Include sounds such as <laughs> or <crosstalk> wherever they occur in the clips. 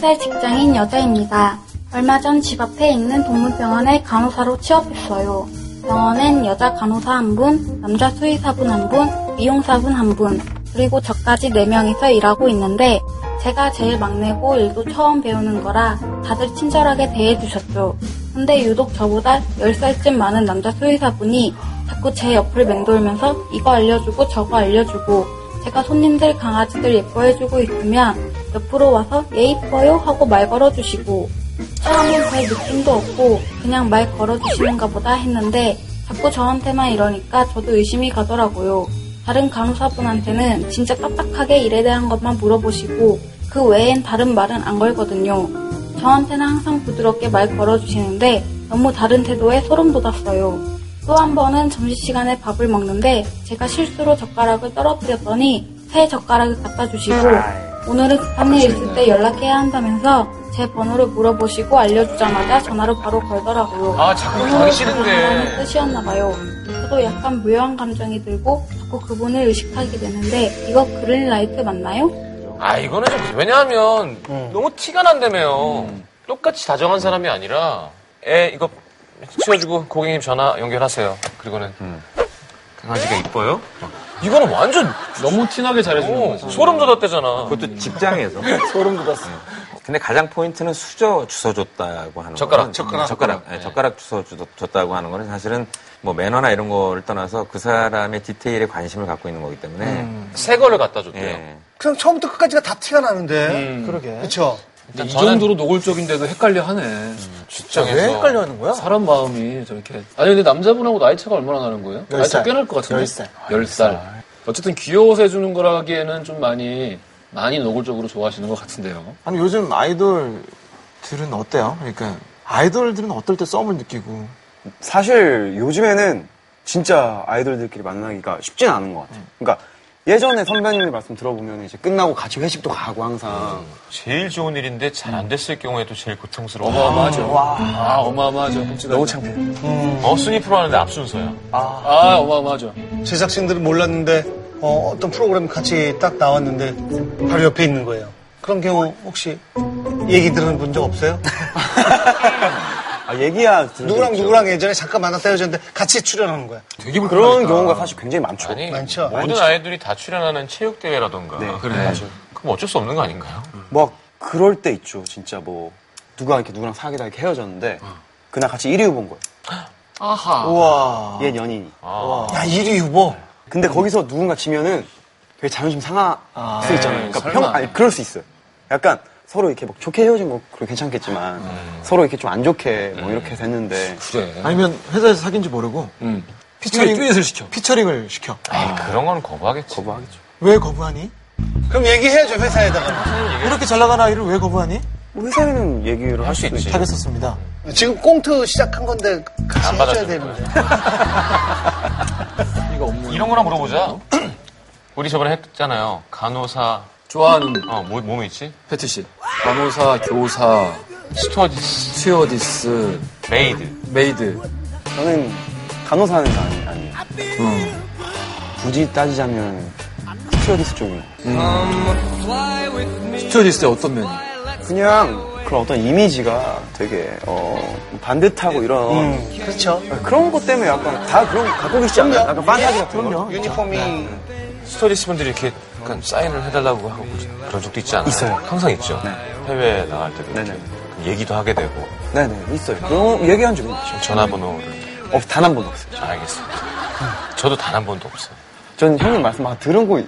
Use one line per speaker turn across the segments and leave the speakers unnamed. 21살 직장인 여자입니다. 얼마 전 집 앞에 있는 동물병원에 간호사로 취업했어요. 병원엔 여자 간호사 한 분, 남자 수의사분 한 분, 미용사분 한 분, 그리고 저까지 4명이서 일하고 있는데 제가 제일 막내고 일도 처음 배우는 거라 다들 친절하게 대해주셨죠. 근데 유독 저보다 10살쯤 많은 남자 수의사분이 자꾸 제 옆을 맴돌면서 이거 알려주고 저거 알려주고 제가 손님들 강아지들 예뻐해주고 있으면 옆으로 와서 얘 이뻐요 하고 말 걸어주시고 처음엔 별 느낌도 없고 그냥 말 걸어주시는가 보다 했는데 자꾸 저한테만 이러니까 저도 의심이 가더라고요. 다른 간호사분한테는 진짜 딱딱하게 일에 대한 것만 물어보시고 그 외엔 다른 말은 안 걸거든요. 저한테는 항상 부드럽게 말 걸어주시는데 너무 다른 태도에 소름 돋았어요. 또 한 번은 점심시간에 밥을 먹는데 제가 실수로 젓가락을 떨어뜨렸더니 새 젓가락을 갖다 주시고 오늘은 급한 일 있을 때 연락해야 한다면서 제 번호를 물어보시고 알려주자마자 전화로 바로 걸더라고요.
아, 자꾸
오늘은
가기
그런
싫은데.
뜻이었나봐요. 저도 약간 묘한 감정이 들고 자꾸 그분을 의식하게 되는데 이거 그린라이트 맞나요?
아, 이거는 좀, 왜냐하면 너무 티가 난다며요.
음.
똑같이 다정한 사람이 아니라, 에, 이거 치워주고 고객님 전화 연결하세요. 그리고는.
음.
강아지가
네?
이뻐요?
이거는 완전
너무 티나게 잘해주는
어,
거지.
소름 돋았대잖아.
그것도 직장에서.
<laughs>
네.
소름 돋았어.
근데 가장 포인트는 수저 주워줬다고 하는
젓가락,
거는,
젓가락. 네.
젓가락, 예, 젓가락 주워줬다고 하는 거는 사실은 뭐 매너나 이런 거를 떠나서 그 사람의 디테일에 관심을 갖고 있는 거기 때문에
새 거를 갖다 줬대요.
예.
그냥 처음부터 끝까지가 다 티가 나는데.
그러게.
그쵸?
일단
이
그러니까 저는 음.
정도로 노골적인데도 헷갈려 하네.
진짜
왜 헷갈려 하는 거야?
사람 마음이 저렇게. 아니, 근데 남자분하고 나이 차가 얼마나 나는 거예요?
열
나이 차
살.
꽤날 것 같은데.
열 살.
열 살. 어쨌든 귀여워서 해주는 거라기에는 좀 많이, 많이 노골적으로 좋아하시는 것 같은데요.
아니 요즘 아이돌들은 어때요? 그러니까 아이돌들은 어떨 때 썸을 느끼고
사실 요즘에는 진짜 아이돌들끼리 만나기가 쉽진 않은 것 같아요. 그러니까 예전에 선배님들 말씀 들어보면 이제 끝나고 같이 회식도 가고 항상
제일 좋은 일인데 잘 안 됐을 경우에도 제일 고통스러워.
어마어마하죠. 아, 어마어마하죠. 너무 창피해.
어, 순위 프로 하는데 앞순서야.
아, 어마어마하죠.
제작진들은 몰랐는데, 어, 떤 프로그램 같이 딱 나왔는데, 바로 옆에 있는 거예요. 그런 경우 혹시 얘기 들은 본 적 <laughs> 없어요?
아, 얘기야 들을 수
누구랑
있죠.
누구랑 예전에 잠깐 만났다 헤어졌는데 같이 출연하는 거야.
그런 경우가 사실 굉장히 많죠.
아니,
많죠.
모든 아이돌이 다 출연하는 체육대회라던가.
네.
그래.
네.
그럼 어쩔 수 없는 거 아닌가요?
뭐 그럴 때 있죠. 진짜 뭐 누가 이렇게 누구랑 사귀다 이렇게 헤어졌는데 그날 같이 1위 후보인 거예요.
아하.
우와
얘 연인이. 네.
야, 1위 후보.
근데 거기서 누군가 지면은 되게 자존심 상할 수 있잖아요. 그러니까
설마.
평, 아니 그럴 수 있어요. 약간 서로 이렇게 막 좋게 헤어진 거 그래 괜찮겠지만 서로 이렇게 좀 안 좋게 뭐 이렇게 됐는데
그래.
아니면 회사에서 사귄 지 모르고
음.
네. 피처링
듀엣을 시켜.
피처링을 시켜
아, 그런 건 거부하겠지. 거부하겠죠.
왜 거부하니?
그럼 얘기해야죠, 회사에다가.
이렇게 잘 나가는 아이를 왜 거부하니?
뭐 회사에는 얘기를 할 수 있지.
타겠었습니다
지금 꽁트 시작한 건데, 같이
안
해줘야
받아줘.
되는데.
이런 거나 물어보자. <clears throat> 우리 저번에 했잖아요. 간호사,
좋아하는
어, 뭐, 뭐 있지?
패티씨. 간호사, 교사,
스튜어디스,
스튜어디스,
메이드.
메이드.
저는 간호사는 아니, 아니에요.
음.
굳이 따지자면 스튜어디스 쪽이에요.
음. 스튜어디스의 어떤 면이?
그냥 그런 어떤 이미지가 되게 어, 반듯하고 이런 아,
그렇죠.
음, 그런 것 때문에 약간 다 그런 거 갖고 계시지 않나요? 약간 판타지 같은 거.
아, 그럼요
유니폼이
스튜어디스 분들이 이렇게 약간 사인을 해달라고 하고 그런 적도 있지 않아요? 네.
있어요.
항상 있죠. 해외 나갈 때도 이렇게 얘기도 하게 되고,
네네 있어요. 그런 얘기한 적은 있죠.
전화번호를.
없, 단 한 번도 없어요.
아, 알겠습니다. 저도 단 한 번도 없어요.
전 형님 말씀 막 들은 거 있-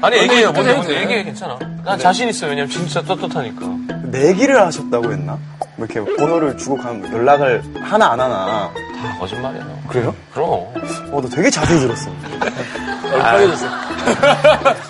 아니, 얘기해요. 뭔데,
근데 해도
뭔데.
돼요?
얘기해, 괜찮아. 난 자신 있어요. 왜냐면 진짜 떳떳하니까.
내기를 하셨다고 했나? 뭐 이렇게 번호를 주고 가면 연락을 하나 안 하나
다 아, 거짓말이야. 너.
그래요?
그럼.
어, 너 되게 자세히 들었어.
얼굴 빨개졌어.